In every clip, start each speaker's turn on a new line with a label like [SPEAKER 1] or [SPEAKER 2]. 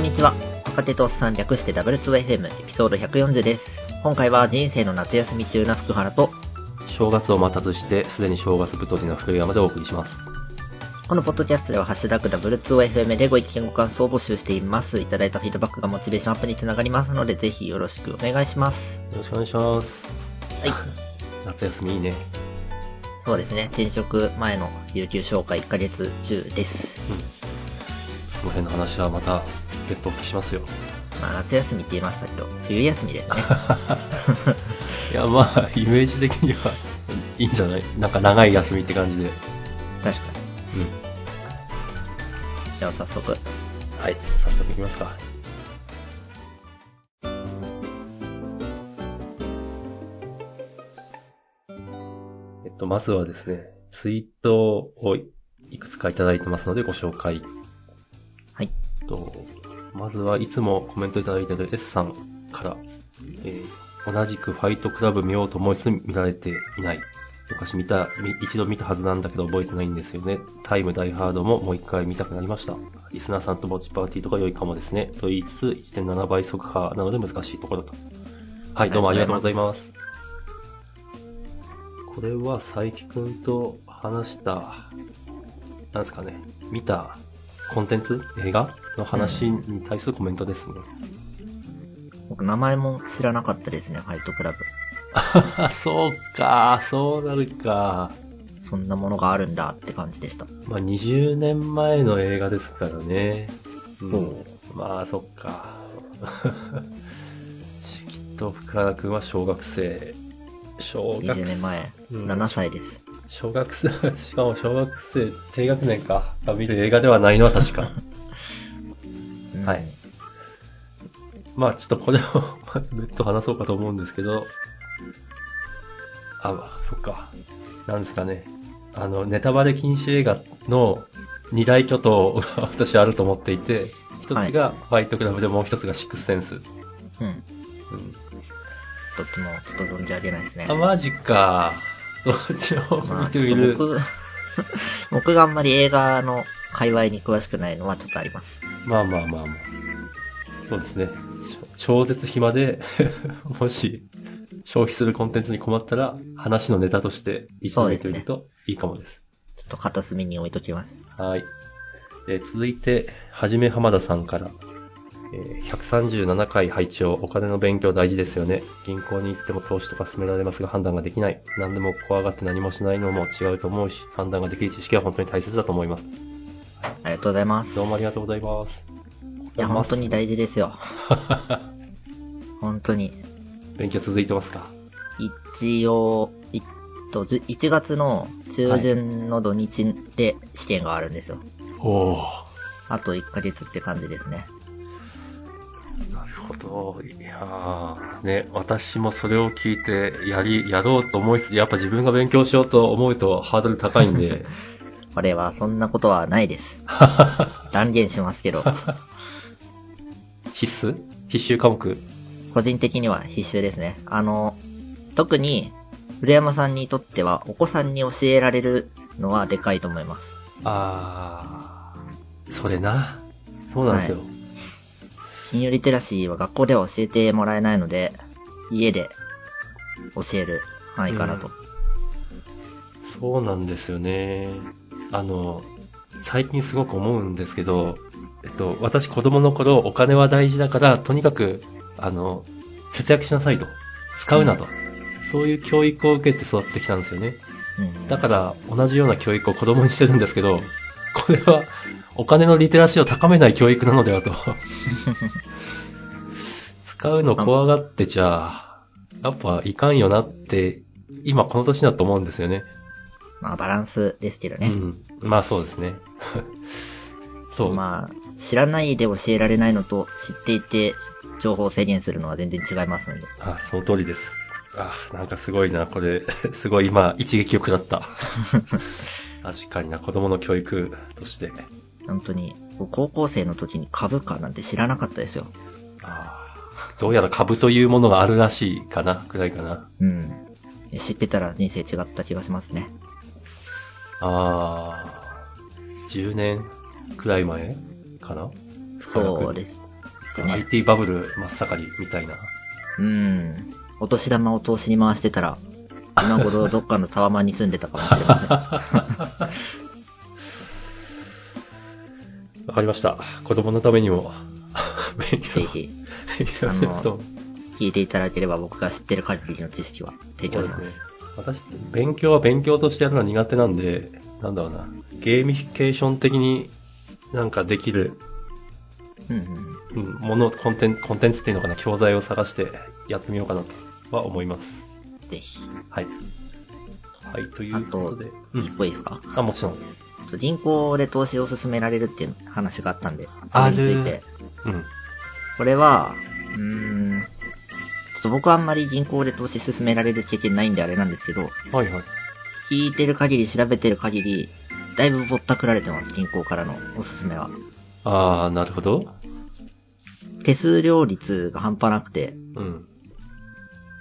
[SPEAKER 1] にちは。若手とおっさん略して W2FM エピソード140です。今回は人生の夏休み中な福原と、
[SPEAKER 2] 正月を待たずして、すでに正月太りの福山でお送りします。
[SPEAKER 1] このポッドキャストではハッシュタグ W2FM でご意見ご感想を募集しています。いただいたフィードバックがモチベーションアップにつながりますので、ぜひよろしくお願いします。
[SPEAKER 2] よろしくお願いします。
[SPEAKER 1] はい。
[SPEAKER 2] 夏休みいいね。
[SPEAKER 1] そうですね。転職前の有給消化1ヶ月中です。
[SPEAKER 2] うん。その辺の話はまた別途お聞きし ますよ。
[SPEAKER 1] まあ夏休みって言いましたけど、冬休みですね。
[SPEAKER 2] いや、まあ、イメージ的にはいいんじゃないなんか長い休みって感じで。うん。
[SPEAKER 1] 確かに。では早速。
[SPEAKER 2] はい。早速いきますか。えっと、まずはですね、ツイートをいくつかいただいてますのでご紹介
[SPEAKER 1] はい。
[SPEAKER 2] えっと、まずはいつもコメントいただいている S さんから、えー同じくファイトクラブ見ようと思いつつ見られていない。昔見た、み一度見たはずなんだけど覚えてないんですよね。タイムダイハードももう一回見たくなりました。リスナーさんとぼっちパーティーとか良いかもですね。と言いつつ1.7倍速派なので難しいところと。はい、どうもありがとうございます。これは佐伯くんと話した、なんですかね、見たコンテンツ映画の話に対するコメントですね。
[SPEAKER 1] 僕名前も知らなかったですね、ファイトクラブ。
[SPEAKER 2] そうか、そうなるか。
[SPEAKER 1] そんなものがあるんだって感じでした。
[SPEAKER 2] まあ、20年前の映画ですからね。う
[SPEAKER 1] そ
[SPEAKER 2] ん。まあ、そっか。 きっと福原くんは小学生。小学生。
[SPEAKER 1] 20年前、
[SPEAKER 2] うん
[SPEAKER 1] 7歳です。
[SPEAKER 2] 小学生、しかも小学生、低学年か、が見る映画ではないのは確か。
[SPEAKER 1] うん
[SPEAKER 2] はい。まあちょっとこれを別途話そうかと思うんですけど、あ、まあそっか。なんですかね。あの、ネタバレ禁止映画の二大巨頭が私あると思っていて、一つがファイトクラブでもう一つがシックスセンス。
[SPEAKER 1] うん。
[SPEAKER 2] うん。
[SPEAKER 1] どっちもちょっと存じ上げないですね。
[SPEAKER 2] あ、マジか。どっちも
[SPEAKER 1] まあ
[SPEAKER 2] 見てみる。
[SPEAKER 1] 僕、 僕があんまり映画の界隈に詳しくないのはちょっとあります。
[SPEAKER 2] まあまあまあまあ。そうですね。ちょ超絶暇で、 もし消費するコンテンツに困ったら、話のネタとして一緒に見てみるといいかもです。
[SPEAKER 1] ちょっと片隅に置いときます。
[SPEAKER 2] はい。えー続いて、はじめ浜田さんから。えー137回配置をお金の勉強大事ですよね。銀行に行っても投資とか勧められますが判断ができない。何でも怖がって何もしないのも違うと思うし、判断ができる知識は本当に大切だと思います。
[SPEAKER 1] ありがとうございます。
[SPEAKER 2] どうもありがとうございます。
[SPEAKER 1] いや、本当に大事です よ。本当に。
[SPEAKER 2] 勉強続いてますか
[SPEAKER 1] 一応、いっと、じ1月の中旬の土日で試験があるんですよ。
[SPEAKER 2] おー。
[SPEAKER 1] あと1ヶ月って感じですね。
[SPEAKER 2] なるほど。いやーね、私もそれを聞いて、やり、やろうと思いつつ、やっぱ自分が勉強しようと思うとハードル高いん で、
[SPEAKER 1] これはそんなことはないです。断言しますけ ど、
[SPEAKER 2] 必須必修科目
[SPEAKER 1] 個人的には必修ですね。あの、特に、古山さんにとっては、お子さんに教えられるのはでかいと思います。
[SPEAKER 2] あー、それな。そうなんですよ。
[SPEAKER 1] 金融リテラシーは学校では教えてもらえないので、家で教える範囲かなと。
[SPEAKER 2] そうなんですよね。あの、最近すごく思うんですけど、えっと、私子供の頃お金は大事だから、とにかく、あの、節約しなさいと。使うなと。そういう教育を受けて育ってきたんですよね。
[SPEAKER 1] うん
[SPEAKER 2] だから同じような教育を子供にしてるんですけど、これはお金のリテラシーを高めない教育なのではと。 使うの怖がってちゃ、やっぱいかんよなって、今この年だと思うんですよね。
[SPEAKER 1] まあ、バランスですけど
[SPEAKER 2] う
[SPEAKER 1] ね。
[SPEAKER 2] ん。まあそうですね。 そう。
[SPEAKER 1] まあ、知らないで教えられないのと、知っていて情報を制限するのは全然違いますので。
[SPEAKER 2] あ、その通りです。あ、なんかすごいな、これ。 すごい今、一撃を食 らった。確かにな、子供の教育として。
[SPEAKER 1] 本当に、僕高校生の時に株価なんて知らなかったですよ。
[SPEAKER 2] あーどうやら株というものがあるらしいかな、くらいかな。
[SPEAKER 1] うん。知ってたら人生違った気がしますね。
[SPEAKER 2] ああ、10年くらい前かな
[SPEAKER 1] そうです。ですよね。
[SPEAKER 2] IT バブル真っ盛りみた いな。
[SPEAKER 1] うん。お年玉を投資に回してたら、今 頃どっかのタワマンに住んでたかもしれません。
[SPEAKER 2] わかりました。子供のためにも勉強
[SPEAKER 1] ぜひ、
[SPEAKER 2] いろいろと
[SPEAKER 1] 聞いていただければ僕が知ってる限りの知識は提供します。
[SPEAKER 2] 私、勉強は勉強としてやるのは苦手なんで、なんだろうな。ゲーミフィケーション的になんかできる、
[SPEAKER 1] うんうん。
[SPEAKER 2] うん、もの、コンテンコンテンツっていうのかな、教材を探してやってみようかなとは思います。
[SPEAKER 1] ぜひ。
[SPEAKER 2] はい。はい、ということで。う
[SPEAKER 1] 一
[SPEAKER 2] ん。
[SPEAKER 1] 歩いいですか
[SPEAKER 2] あ、もちろん。
[SPEAKER 1] ちょ銀行で投資を勧められるっていう話があったんで、それについて。
[SPEAKER 2] うん。
[SPEAKER 1] これは、うーん、ちょっと僕はあんまり銀行で投資勧められる経験ないんであれなんですけど、
[SPEAKER 2] はいはい。
[SPEAKER 1] 聞いてる限り調べてる限り、だいぶぼったくられてます、銀行からのおすすめは。
[SPEAKER 2] あー、なるほど。
[SPEAKER 1] 手数料率が半端なくて、
[SPEAKER 2] うん。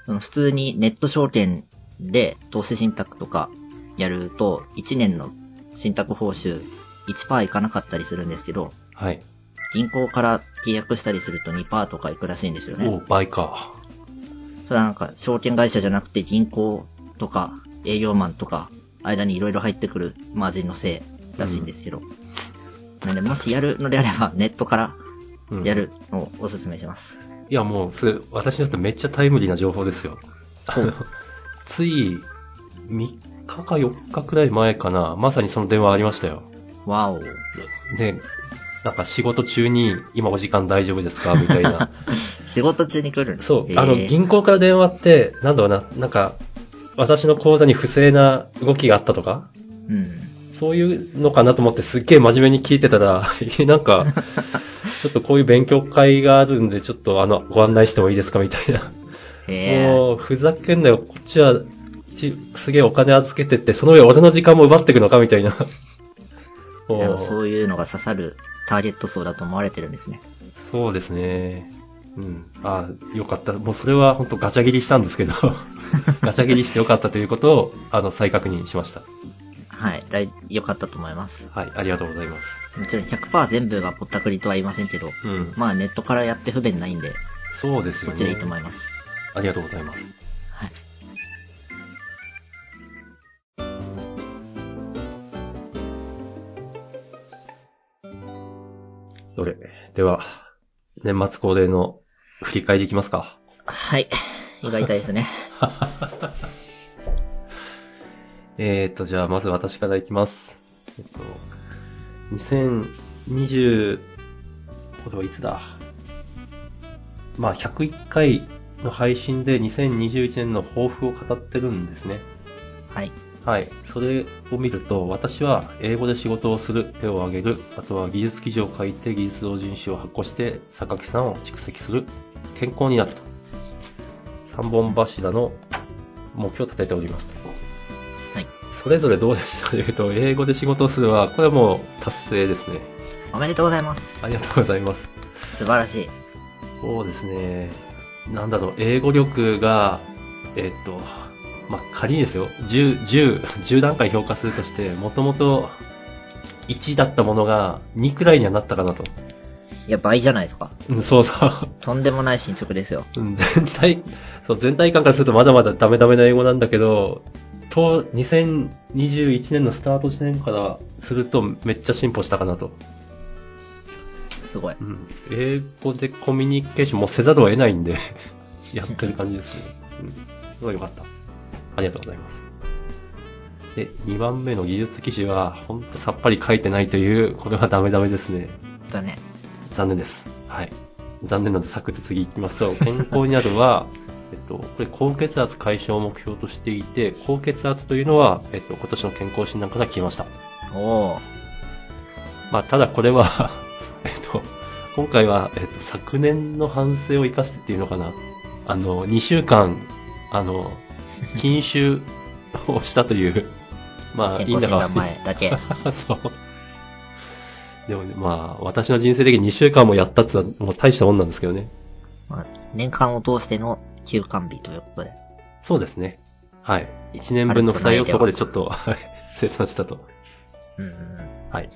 [SPEAKER 1] その普通にネット証券で投資信託とかやると、1年の信託報酬1%いかなかったりするんですけど、
[SPEAKER 2] はい。
[SPEAKER 1] 銀行から契約したりすると2%とかいくらしいんですよね。
[SPEAKER 2] お倍か。
[SPEAKER 1] それはなんか証券会社じゃなくて銀行とか営業マンとか間にいろいろ入ってくるマージンのせいらしいんですけど。なんでもしやるのであればネットから
[SPEAKER 2] うん
[SPEAKER 1] やるのをおすすめします。
[SPEAKER 2] いやもう、それ、私だってめっちゃタイムリーな情報ですよ。あの つい、3日か4日くらい前かな、まさにその電話ありましたよ。
[SPEAKER 1] わお。
[SPEAKER 2] で、なんか仕事中に、今お時間大丈夫ですかみたいな。
[SPEAKER 1] 仕事中に来るの
[SPEAKER 2] そう、
[SPEAKER 1] えー
[SPEAKER 2] あの、銀行から電話って、なんだろうな、なんか、私の口座に不正な動きがあったとか、
[SPEAKER 1] うん。
[SPEAKER 2] そういうのかなと思ってすっげえ真面目に聞いてたら、 いやな んか、ちょっとこういう勉強会があるんで、ちょっとあの、ご案内してもいいですかみたいな。
[SPEAKER 1] へえ。
[SPEAKER 2] もう、ふざけんなよ。こっちは、ちすげえお金預けてって、その上俺の時間も奪ってくのかみたいな。も
[SPEAKER 1] で
[SPEAKER 2] う
[SPEAKER 1] もそういうのが刺さるターゲット層だと思われてるんですね。
[SPEAKER 2] そうですね。うん。あよかった。もうそれは本当ガチャ切りしたんです けど、ガチャ切りしてよかったということを、あの、再確認しました。
[SPEAKER 1] はい。来良かったと思います。
[SPEAKER 2] はい、ありがとうございます。
[SPEAKER 1] もちろん100%全部がぼったくりとは言いませんけど、
[SPEAKER 2] うん。
[SPEAKER 1] まあネットからやって不便ないんで、
[SPEAKER 2] そうです
[SPEAKER 1] そ
[SPEAKER 2] よ
[SPEAKER 1] っ
[SPEAKER 2] ね。
[SPEAKER 1] ちでいいと思います。
[SPEAKER 2] ありがとうございます。
[SPEAKER 1] はい。
[SPEAKER 2] どれでは、年末恒例の振り返りいきますか。
[SPEAKER 1] はい。胃が痛いです ね。
[SPEAKER 2] えーと、じゃあ、まず私からいきます。えっと、2020、これはいつだまあ、101回の配信で2021年の抱負を語ってるんですね。
[SPEAKER 1] はい。
[SPEAKER 2] はい。それを見ると、私は英語で仕事をする、手を挙げる、あとは技術記事を書いて技術同人誌を発行して、榊さんを蓄積する、健康になると。三本柱の目標を立てておりますと。
[SPEAKER 1] はい。
[SPEAKER 2] それぞれどうでしたかというと、英語で仕事をするは、これはもう達成ですね。
[SPEAKER 1] おめでとうございます。
[SPEAKER 2] ありがとうございます。
[SPEAKER 1] 素晴らしい。
[SPEAKER 2] そうですね。なんだろう、英語力が、えっと、まあ、仮にですよ、10、10、10段階評価するとして、もともと1だったものが2くらいにはなったかなと。
[SPEAKER 1] いや、倍じゃないですか。
[SPEAKER 2] うん、そうそう。
[SPEAKER 1] とんでもない進捗ですよ。
[SPEAKER 2] うん全体、そう、全体感からするとまだまだダメダメな英語なんだけど、と、2021年のスタート時点からするとめっちゃ進歩したかなと。
[SPEAKER 1] すごい。
[SPEAKER 2] うん、英語でコミュニケーションもせざるを得ないんで、 やってる感じですね。うん。すごいよかった。ありがとうございます。で、2番目の技術記事は、ほんとさっぱり書いてないという、これはダメダメですね。
[SPEAKER 1] だね。
[SPEAKER 2] 残念です。はい。残念なので、サクッと次行きますと、健康になるは、えっと、これ、高血圧解消を目標としていて、高血圧というのは、えっと、今年の健康診断から来ました。
[SPEAKER 1] おー。
[SPEAKER 2] まあ、ただこれは、 えっと、今回は、えっと、昨年の反省を生かしてっていうのかな。あの、2週間、あの、禁酒をしたと いう、まあ、い
[SPEAKER 1] 健
[SPEAKER 2] いん
[SPEAKER 1] 康
[SPEAKER 2] だ
[SPEAKER 1] 診
[SPEAKER 2] が
[SPEAKER 1] 断、前だ け。
[SPEAKER 2] そう。でもね、まあ、私の人生的に2週間もやったってのは、もう大したもんなんですけどね。
[SPEAKER 1] まあ、年間を通しての休館日ということで。
[SPEAKER 2] そうですね。はい。1年分の負債をそこでちょっと、はい、生産したと。
[SPEAKER 1] うんうん。
[SPEAKER 2] はい。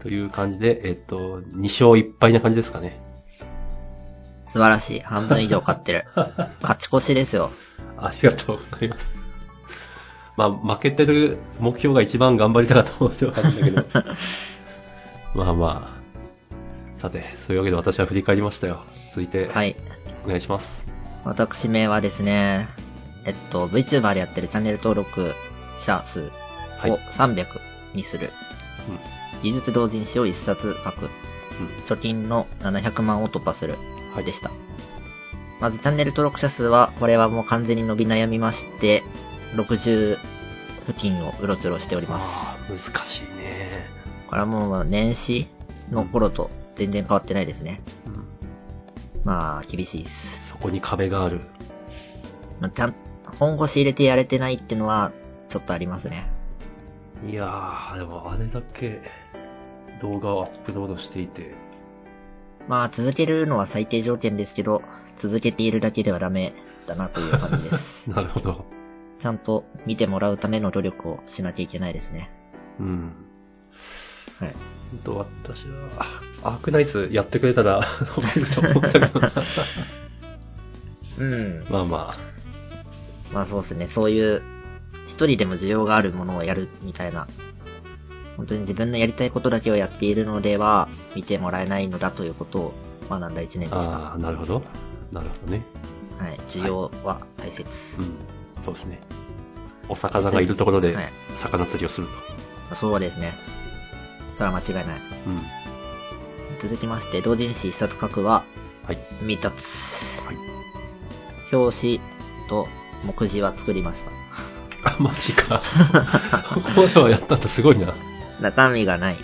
[SPEAKER 2] という感じで、えっと、2勝1敗な感じですかね。
[SPEAKER 1] 素晴らしい。半分以上買って る。勝ち越しですよ。
[SPEAKER 2] ありがとうございます。まあ、負けてる目標が一番頑張りたかったものではあるんだ けど。まあまあ。さて、そういうわけで私は振り返りましたよ。続いて、
[SPEAKER 1] はい。
[SPEAKER 2] お願いします。
[SPEAKER 1] 私名はですね、えっと、VTuber でやってるチャンネル登録者数を
[SPEAKER 2] はい。うん。
[SPEAKER 1] 300にする。技術同人誌を1冊書く。貯金の700万を突破する。
[SPEAKER 2] うん。
[SPEAKER 1] でした。まずチャンネル登録者数は、これはもう完全に伸び悩みまして、60付近をうろちょろしております。
[SPEAKER 2] ああ、難しいね。
[SPEAKER 1] これはもう年始の頃と全然変わってないですね。
[SPEAKER 2] うん。
[SPEAKER 1] まあ、厳しいです。
[SPEAKER 2] そこに壁がある。
[SPEAKER 1] まあ、ちゃん、本腰入れてやれてないってのは、ちょっとありますね。
[SPEAKER 2] いやー、でもあれだけ動画をアップロードしていて、
[SPEAKER 1] まあ、続けるのは最低条件ですけど、続けているだけではダメだなという感じで す。
[SPEAKER 2] なるほど。
[SPEAKER 1] ちゃんと見てもらうための努力をしなきゃいけないですね。
[SPEAKER 2] うん。
[SPEAKER 1] はい。
[SPEAKER 2] ほんと私は、あアークナイツやってくれたら 伸びると思ったけどな。
[SPEAKER 1] うん。
[SPEAKER 2] まあま
[SPEAKER 1] まあそうですね、そういう、一人でも需要があるものをやるみたいな、本当に自分のやりたいことだけをやっているのでは、見てもらえないのだということを学んだ一年でした。は
[SPEAKER 2] あ、あーなるほど。なるほどね。
[SPEAKER 1] い、需要は大切。
[SPEAKER 2] うん。そうですね。お魚がいるところで
[SPEAKER 1] はい、
[SPEAKER 2] 魚釣りをすると。
[SPEAKER 1] そうですね。それは間違いない。
[SPEAKER 2] うん。
[SPEAKER 1] 続きまして、同人誌一冊書くは、
[SPEAKER 2] はい。
[SPEAKER 1] 未達。
[SPEAKER 2] はい。
[SPEAKER 1] 表紙と目次は作りました。
[SPEAKER 2] あ、 マジか。ここまではやったんだ、すごいな。
[SPEAKER 1] 中身がない。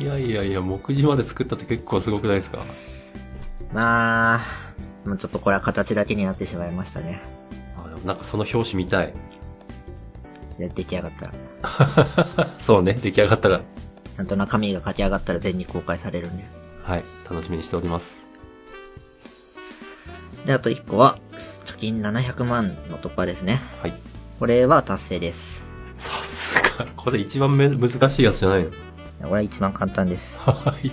[SPEAKER 2] いやいやいや、目次まで作ったって結構すごくないですか
[SPEAKER 1] まあ、もうちょっとこれは形だけになってしまいましたね。
[SPEAKER 2] あでもなんかその表紙見た い。
[SPEAKER 1] で出来上がったら。
[SPEAKER 2] そうね、出来上がったら、
[SPEAKER 1] ちゃんと中身が書き上がったら全に公開されるんで。
[SPEAKER 2] はい、楽しみにしております。
[SPEAKER 1] で、あと1個は、貯金700万の突破ですね。
[SPEAKER 2] はい。
[SPEAKER 1] これは達成です。
[SPEAKER 2] さすが、これ一番め難しいやつじゃ ないの
[SPEAKER 1] これは一番簡単です。
[SPEAKER 2] はい。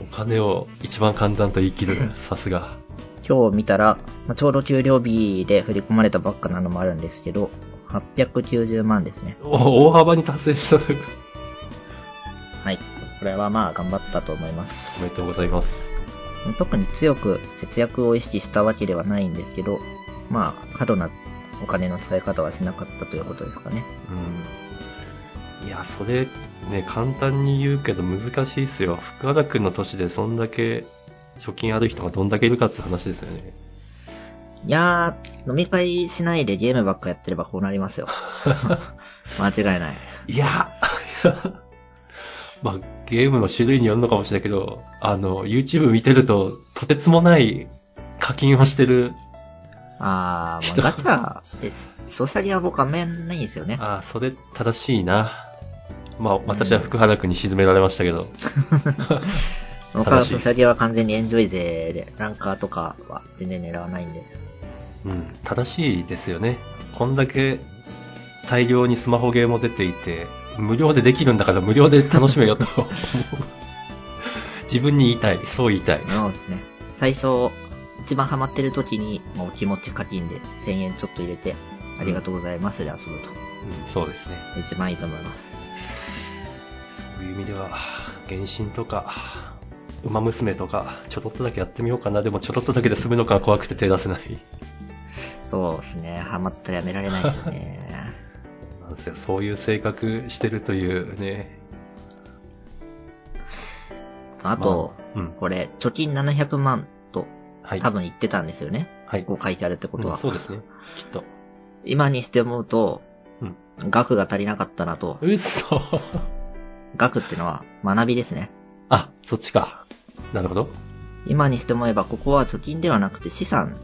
[SPEAKER 2] お金を一番簡単と言い切る。さすが。
[SPEAKER 1] 今日見たら、まあちょうど給料日で振り込まれたばっかなのもあるんですけど、890万ですね。
[SPEAKER 2] お大幅に達成した。
[SPEAKER 1] はい。これはまあ頑張ったと思います。
[SPEAKER 2] おめでとうございます。
[SPEAKER 1] 特に強く節約を意識したわけではないんですけど、まあ、過度なお金の使い方はしなかったということですかね。
[SPEAKER 2] うん。いや、それ、ね、簡単に言うけど難しいっすよ。福原くんの年でそんだけ貯金ある人がどんだけいるかって話ですよね。
[SPEAKER 1] いやー、飲み会しないでゲームばっかやってればこうなり ますよ。間違いない。
[SPEAKER 2] いや、 まあ、ゲームの種類によるのかもしれないけど、あの、YouTube 見てると、とてつもない課金をして る、
[SPEAKER 1] あー、
[SPEAKER 2] 人
[SPEAKER 1] まあ、ガチャです。ソシャゲは僕あんまやんないんですよね。
[SPEAKER 2] ああ、それ正しいな。まあ、私は福原くんに沈められましたけど、
[SPEAKER 1] 僕は
[SPEAKER 2] 正しい
[SPEAKER 1] ソシャゲは完全にエンジョイ勢で、ランカーとかは全然狙わないんで。
[SPEAKER 2] うん、正しいですよね。こんだけ大量にスマホゲームも出ていて、無料でできるんだから無料で楽しめよと 思う。自分に言いたい、そう言いたい。
[SPEAKER 1] そうですね。最初、一番ハマってる時に、もう気持ち課金で1000円ちょっと入れて、ありがとうございますで遊ぶと。
[SPEAKER 2] うん、そうですね。
[SPEAKER 1] 一番いいと思います。
[SPEAKER 2] そういう意味では、原神とか、馬娘とか、ちょろっとだけやってみようかな。でもちょろっとだけで済むのか怖くて手出せない。
[SPEAKER 1] そうですね。ハマったらやめられないですよね。
[SPEAKER 2] なんですよ。そういう性格してるというね。
[SPEAKER 1] あと、
[SPEAKER 2] うん。
[SPEAKER 1] これ、貯金700万と
[SPEAKER 2] はい。
[SPEAKER 1] 多分言ってたんですよね。
[SPEAKER 2] はい。
[SPEAKER 1] こう書いてあるってこと
[SPEAKER 2] う
[SPEAKER 1] は
[SPEAKER 2] ん。そうですね。きっ と。
[SPEAKER 1] 今にして思うと、
[SPEAKER 2] うん
[SPEAKER 1] 額が足りなかったなと。
[SPEAKER 2] うっそ
[SPEAKER 1] 額ってのは学びですね。
[SPEAKER 2] あ、そっちか。なるほど。
[SPEAKER 1] 今にして思えば、ここは貯金ではなくて資産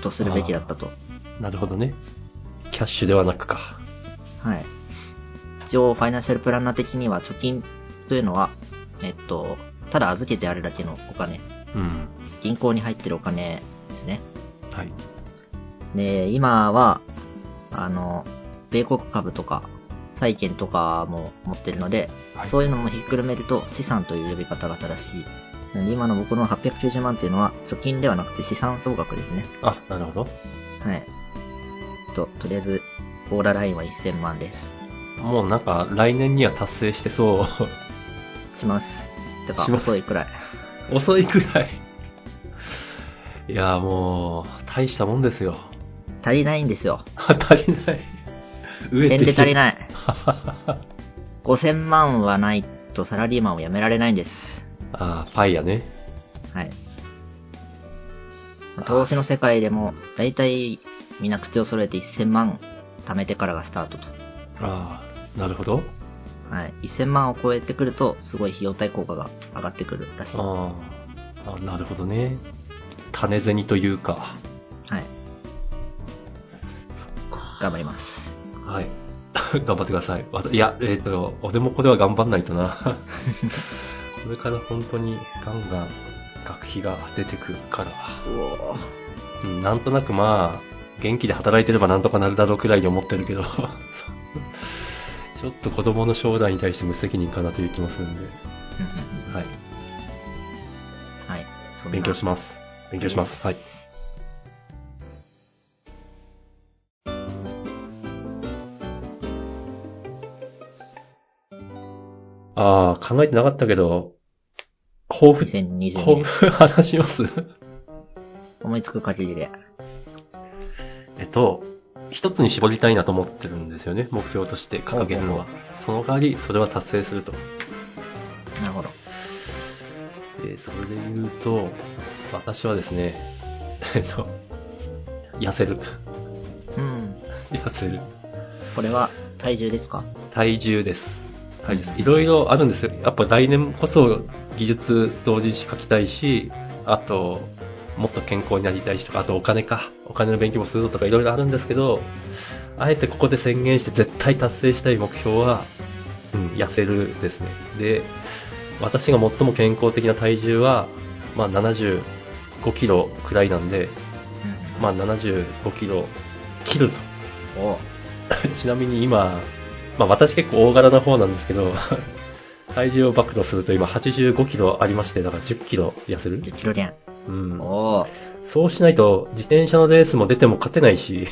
[SPEAKER 1] とするべきだったと。
[SPEAKER 2] なるほどね。キャッシュではなくか。
[SPEAKER 1] はい。一応、ファイナンシャルプランナー的には貯金というのは、えっと、ただ預けてあるだけのお金。
[SPEAKER 2] うん。
[SPEAKER 1] 銀行に入ってるお金ですね。
[SPEAKER 2] はい。
[SPEAKER 1] で、今は、あの、米国株とか、債券とかも持ってるので、
[SPEAKER 2] はい
[SPEAKER 1] そういうのもひっくるめると資産という呼び方が正しいなんで今の僕の890万っていうのは貯金ではなくて資産総額ですね。
[SPEAKER 2] あ、なるほど。
[SPEAKER 1] はい。と、とりあえず、オーララインは1000万です。
[SPEAKER 2] もうなんか来年には達成してそ
[SPEAKER 1] します。てか、
[SPEAKER 2] します
[SPEAKER 1] 遅いくらい。
[SPEAKER 2] う。 遅いくらい。いや、もう、大したもんですよ。
[SPEAKER 1] 足りないんですよ。
[SPEAKER 2] 足りない。上
[SPEAKER 1] 点で足り
[SPEAKER 2] い。
[SPEAKER 1] ない。5000万はないとサラリーマンを辞められないんです。
[SPEAKER 2] ああ、ファイヤね。
[SPEAKER 1] はい。投資の世界でも、だいたいみんな口を揃えて1000万貯めてからがスタートと。
[SPEAKER 2] ああ、なるほど。
[SPEAKER 1] はい。1000万を超えてくると、すごい費用対効果が上がってくるらしい。は
[SPEAKER 2] あーあ、なるほどね。種銭というか。
[SPEAKER 1] い。頑張ります。
[SPEAKER 2] はい。 頑張ってください。わたいや、えっ、と、俺もこれは頑張んないとな。これから本当にガンガン学費が出てくるから。うん、なんとなくまあ、元気で働いてればなんとかなるだろうくらいに思ってるけど、 そうちょっと子供の将来に対して無責任かなという気もするんで、
[SPEAKER 1] うんうん
[SPEAKER 2] はい。
[SPEAKER 1] うんはい。そんな
[SPEAKER 2] 勉強します。勉強します。はい。ああ、考えてなかったけど、抱負、
[SPEAKER 1] 2020
[SPEAKER 2] 抱
[SPEAKER 1] 年、
[SPEAKER 2] 負話します
[SPEAKER 1] 思いつく限りで。
[SPEAKER 2] えっと、一つに絞りたいなと思ってるんですよね。目標として掲げるのは。その代わり、それは達成すると。
[SPEAKER 1] なるほど。
[SPEAKER 2] で、それで言うと、私はですね、 えっと、痩せる。
[SPEAKER 1] うん。
[SPEAKER 2] 痩せる。
[SPEAKER 1] これは、体重ですか
[SPEAKER 2] 体重です。体重です。いろいろあるんですよ。やっぱ来年こそ技術同時に書きたいし、あと、もっと健康になりたいしとか、あとお金か。お金の勉強もするぞとかいろいろあるんですけど、あえてここで宣言して絶対達成したい目標は、うん、痩せるですね。で、私が最も健康的な体重は、まあ75キロくらいなんで、
[SPEAKER 1] うん。
[SPEAKER 2] まあ75キロ切ると。
[SPEAKER 1] お
[SPEAKER 2] ちなみに今、まあ、私結構大柄な方なんですけど、 体重を暴露すると今85キロありまして、だから10キロ痩せる
[SPEAKER 1] 10。キロ減。
[SPEAKER 2] うん。
[SPEAKER 1] おー
[SPEAKER 2] そうしないと自転車のレースも出ても勝てないし、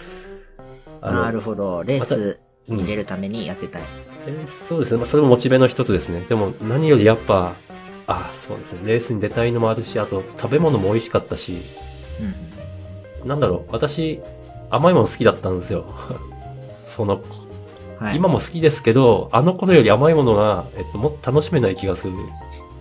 [SPEAKER 2] あの
[SPEAKER 1] なるほど。レースに出るために痩せたい。
[SPEAKER 2] えーそうですね、まあ、それもモチベの一つですね。でも何よりやっぱ、あ、そうですね、レースに出たいのもあるし、あと食べ物も美味しかったし、
[SPEAKER 1] うん。
[SPEAKER 2] なんだろう、私、甘いもの好きだったんですよ。 その
[SPEAKER 1] はい。
[SPEAKER 2] 今も好きですけど、あの頃より甘いものが、えっと、もっと楽しめない気がする。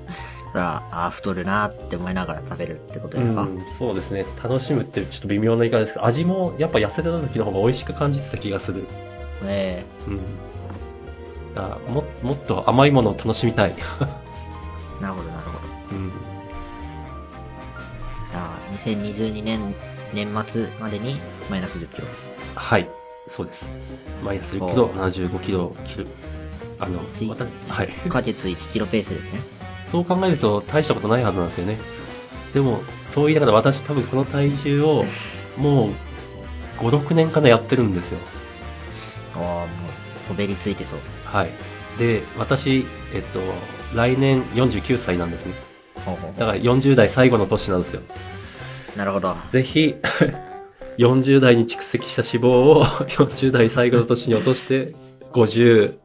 [SPEAKER 1] そしたら、あー太るなーって思いながら食べるってことですか、
[SPEAKER 2] うんそうですね。楽しむってちょっと微妙な言い方ですけど、味もやっぱ痩せた時の方が美味しく感じてた気がする。
[SPEAKER 1] え
[SPEAKER 2] うん。あももっと甘いものを楽しみたい。
[SPEAKER 1] ー、なるほど、なるほど。
[SPEAKER 2] うん。
[SPEAKER 1] じゃあ、2022年、年末までにマイナス10キロ。
[SPEAKER 2] はい。そうです。マイナス10キロ、75キロ切る。あの、
[SPEAKER 1] つい
[SPEAKER 2] 私、はい。
[SPEAKER 1] か月1キロペースですね。
[SPEAKER 2] そう考えると大したことないはずなんですよね。でも、そう言いながら私多分この体重を、もう、5、6年かなやってるんですよ。
[SPEAKER 1] ああ、もう、こべりついてそう。
[SPEAKER 2] はい。で、私、えっと、来年49歳なんですね。
[SPEAKER 1] ほうほうほ
[SPEAKER 2] だから40代最後の年なんですよ。
[SPEAKER 1] うなるほど。
[SPEAKER 2] ぜひ、40代に蓄積した脂肪を 40代最後の年に落として、50、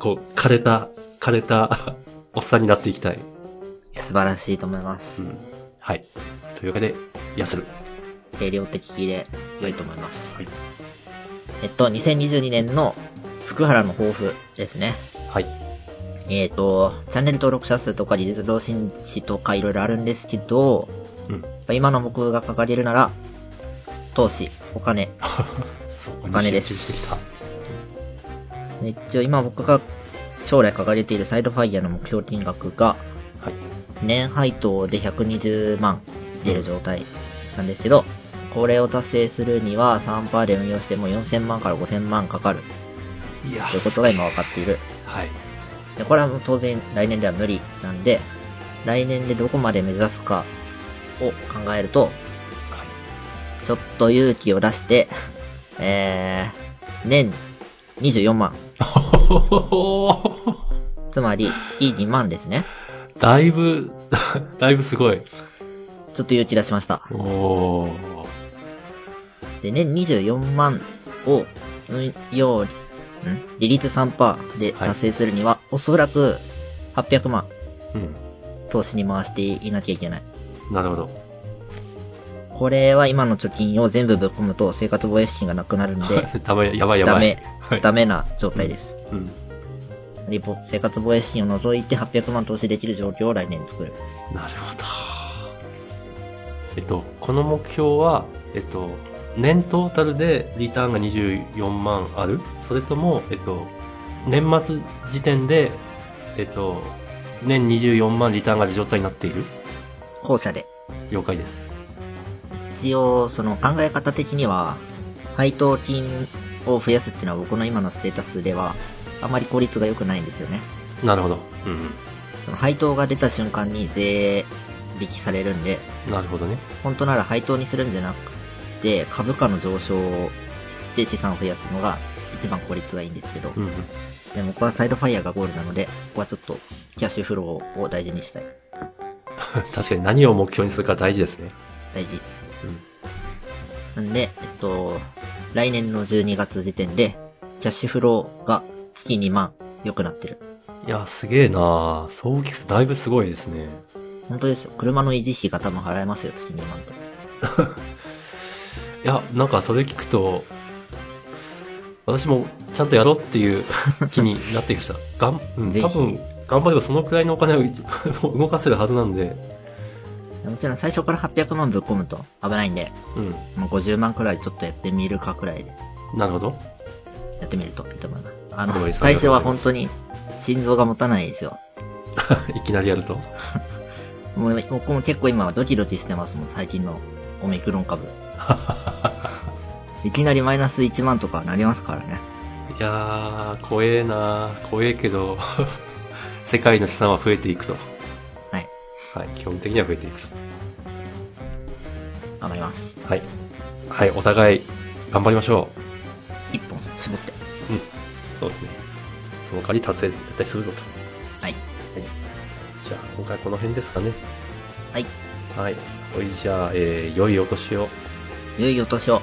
[SPEAKER 2] こう、枯れた、枯れたおっさんになっていきたい。
[SPEAKER 1] 素晴らしいと思いま
[SPEAKER 2] う
[SPEAKER 1] す。
[SPEAKER 2] ん。はい。というわけで、痩せる。
[SPEAKER 1] 定量的で良いと思います。
[SPEAKER 2] はい。
[SPEAKER 1] えっと、2022年の福原の抱負ですね。
[SPEAKER 2] はい。
[SPEAKER 1] えっ、と、チャンネル登録者数とか技術同心誌とかいろいろあるんですけど、
[SPEAKER 2] うん。
[SPEAKER 1] やっぱ今の目標が掲げるなら、投資、お金。
[SPEAKER 2] そこ
[SPEAKER 1] お
[SPEAKER 2] に
[SPEAKER 1] 金で
[SPEAKER 2] 集中してきた
[SPEAKER 1] す。。で一応今僕が将来掲げているサイドファイヤーの目標金額が、
[SPEAKER 2] はい。
[SPEAKER 1] 年配当で120万出る状態なんですけど、これを達成するには3%で運用しても4000万から5000万かかる
[SPEAKER 2] いや
[SPEAKER 1] ということが今分かっている。
[SPEAKER 2] はい。
[SPEAKER 1] で、これはもう当然来年では無理なんで、来年でどこまで目指すかを考えると、
[SPEAKER 2] はい。
[SPEAKER 1] ちょっと勇気を出して、 えー、年24万。
[SPEAKER 2] お
[SPEAKER 1] つまり月2万ですね。
[SPEAKER 2] だいぶ、 だいぶすごい。
[SPEAKER 1] ちょっと勇気出しました。
[SPEAKER 2] おー。
[SPEAKER 1] で、年24万を運用、ん利率3%で達成するには、おそらく800万
[SPEAKER 2] うん。
[SPEAKER 1] 投資に回していなきゃいけない。
[SPEAKER 2] なるほど。
[SPEAKER 1] これは今の貯金を全部ぶっ込むと生活防衛資金がなくなるんで、
[SPEAKER 2] ダメ、 やばいやばい。
[SPEAKER 1] ダメ
[SPEAKER 2] はい、
[SPEAKER 1] ダメな状態です。
[SPEAKER 2] うん。
[SPEAKER 1] リポ生活防衛資金を除いて800万投資できる状況を来年作る。
[SPEAKER 2] なるほど。えっと、この目標は、えっと、年トータルでリターンが24万あるそれとも、えっと、年末時点で、えっと、年24万リターンがある状態になっている
[SPEAKER 1] 後者で。
[SPEAKER 2] 了解です。
[SPEAKER 1] 一応、その考え方的には、配当金を増やすっていうのは僕の今のステータスでは、あまり効率が良くないんですよね。
[SPEAKER 2] なるほど。うん
[SPEAKER 1] その配当が出た瞬間に税引きされるんで、
[SPEAKER 2] うん。なるほどね。
[SPEAKER 1] 本当なら配当にするんじゃなくて、株価の上昇で資産を増やすのが一番効率がいいんですけど、
[SPEAKER 2] うんうん。
[SPEAKER 1] でも僕はサイドファイヤーがゴールなので、ここはちょっとキャッシュフローを大事にしたい。
[SPEAKER 2] 確かに何を目標にするか大事ですね。
[SPEAKER 1] 大事。
[SPEAKER 2] うん。
[SPEAKER 1] なんで、えっと、来年の12月時点で、キャッシュフローが月2万良くなってる。
[SPEAKER 2] いや、すげえなあそう聞くとだいぶすごいですね。
[SPEAKER 1] 本当ですよ。車の維持費が多分払えますよ、月2万と。
[SPEAKER 2] いや、なんかそれ聞くと、私もちゃんとやろうっていう 気になってきました。がん、うん、
[SPEAKER 1] ぜひ
[SPEAKER 2] 多分、頑張ればそのくらいのお金を一 動かせるはずなんで、
[SPEAKER 1] もちろん最初から800万ぶっ込むと危ないんで、
[SPEAKER 2] うん、
[SPEAKER 1] もう50万くらいちょっとやってみるかくらいで、
[SPEAKER 2] なるほど。
[SPEAKER 1] やってみるといいと思います。あ
[SPEAKER 2] ごめん
[SPEAKER 1] の、
[SPEAKER 2] なさい
[SPEAKER 1] 最初は本当に心臓が持たないですよ。
[SPEAKER 2] いきなりやると。
[SPEAKER 1] もう僕も結構今はドキドキしてますもん、最近のオミクロン株。いきなりマイナス1万とかなりますからね。
[SPEAKER 2] いやー、怖えなあ怖えけど、 世界の資産は増えていくと。
[SPEAKER 1] はい。
[SPEAKER 2] はい、基本的には増えていくと。
[SPEAKER 1] 頑張ります。
[SPEAKER 2] はい。はい、お互い、頑張りましょ
[SPEAKER 1] 一本絞って。
[SPEAKER 2] う。うん、そうですね。その代わり達成絶対するぞと。
[SPEAKER 1] はい。
[SPEAKER 2] はい。じゃあ、今回この辺ですかね。
[SPEAKER 1] はい。
[SPEAKER 2] はい。ほいじゃあ、えー良いお年を。
[SPEAKER 1] 良いお年を。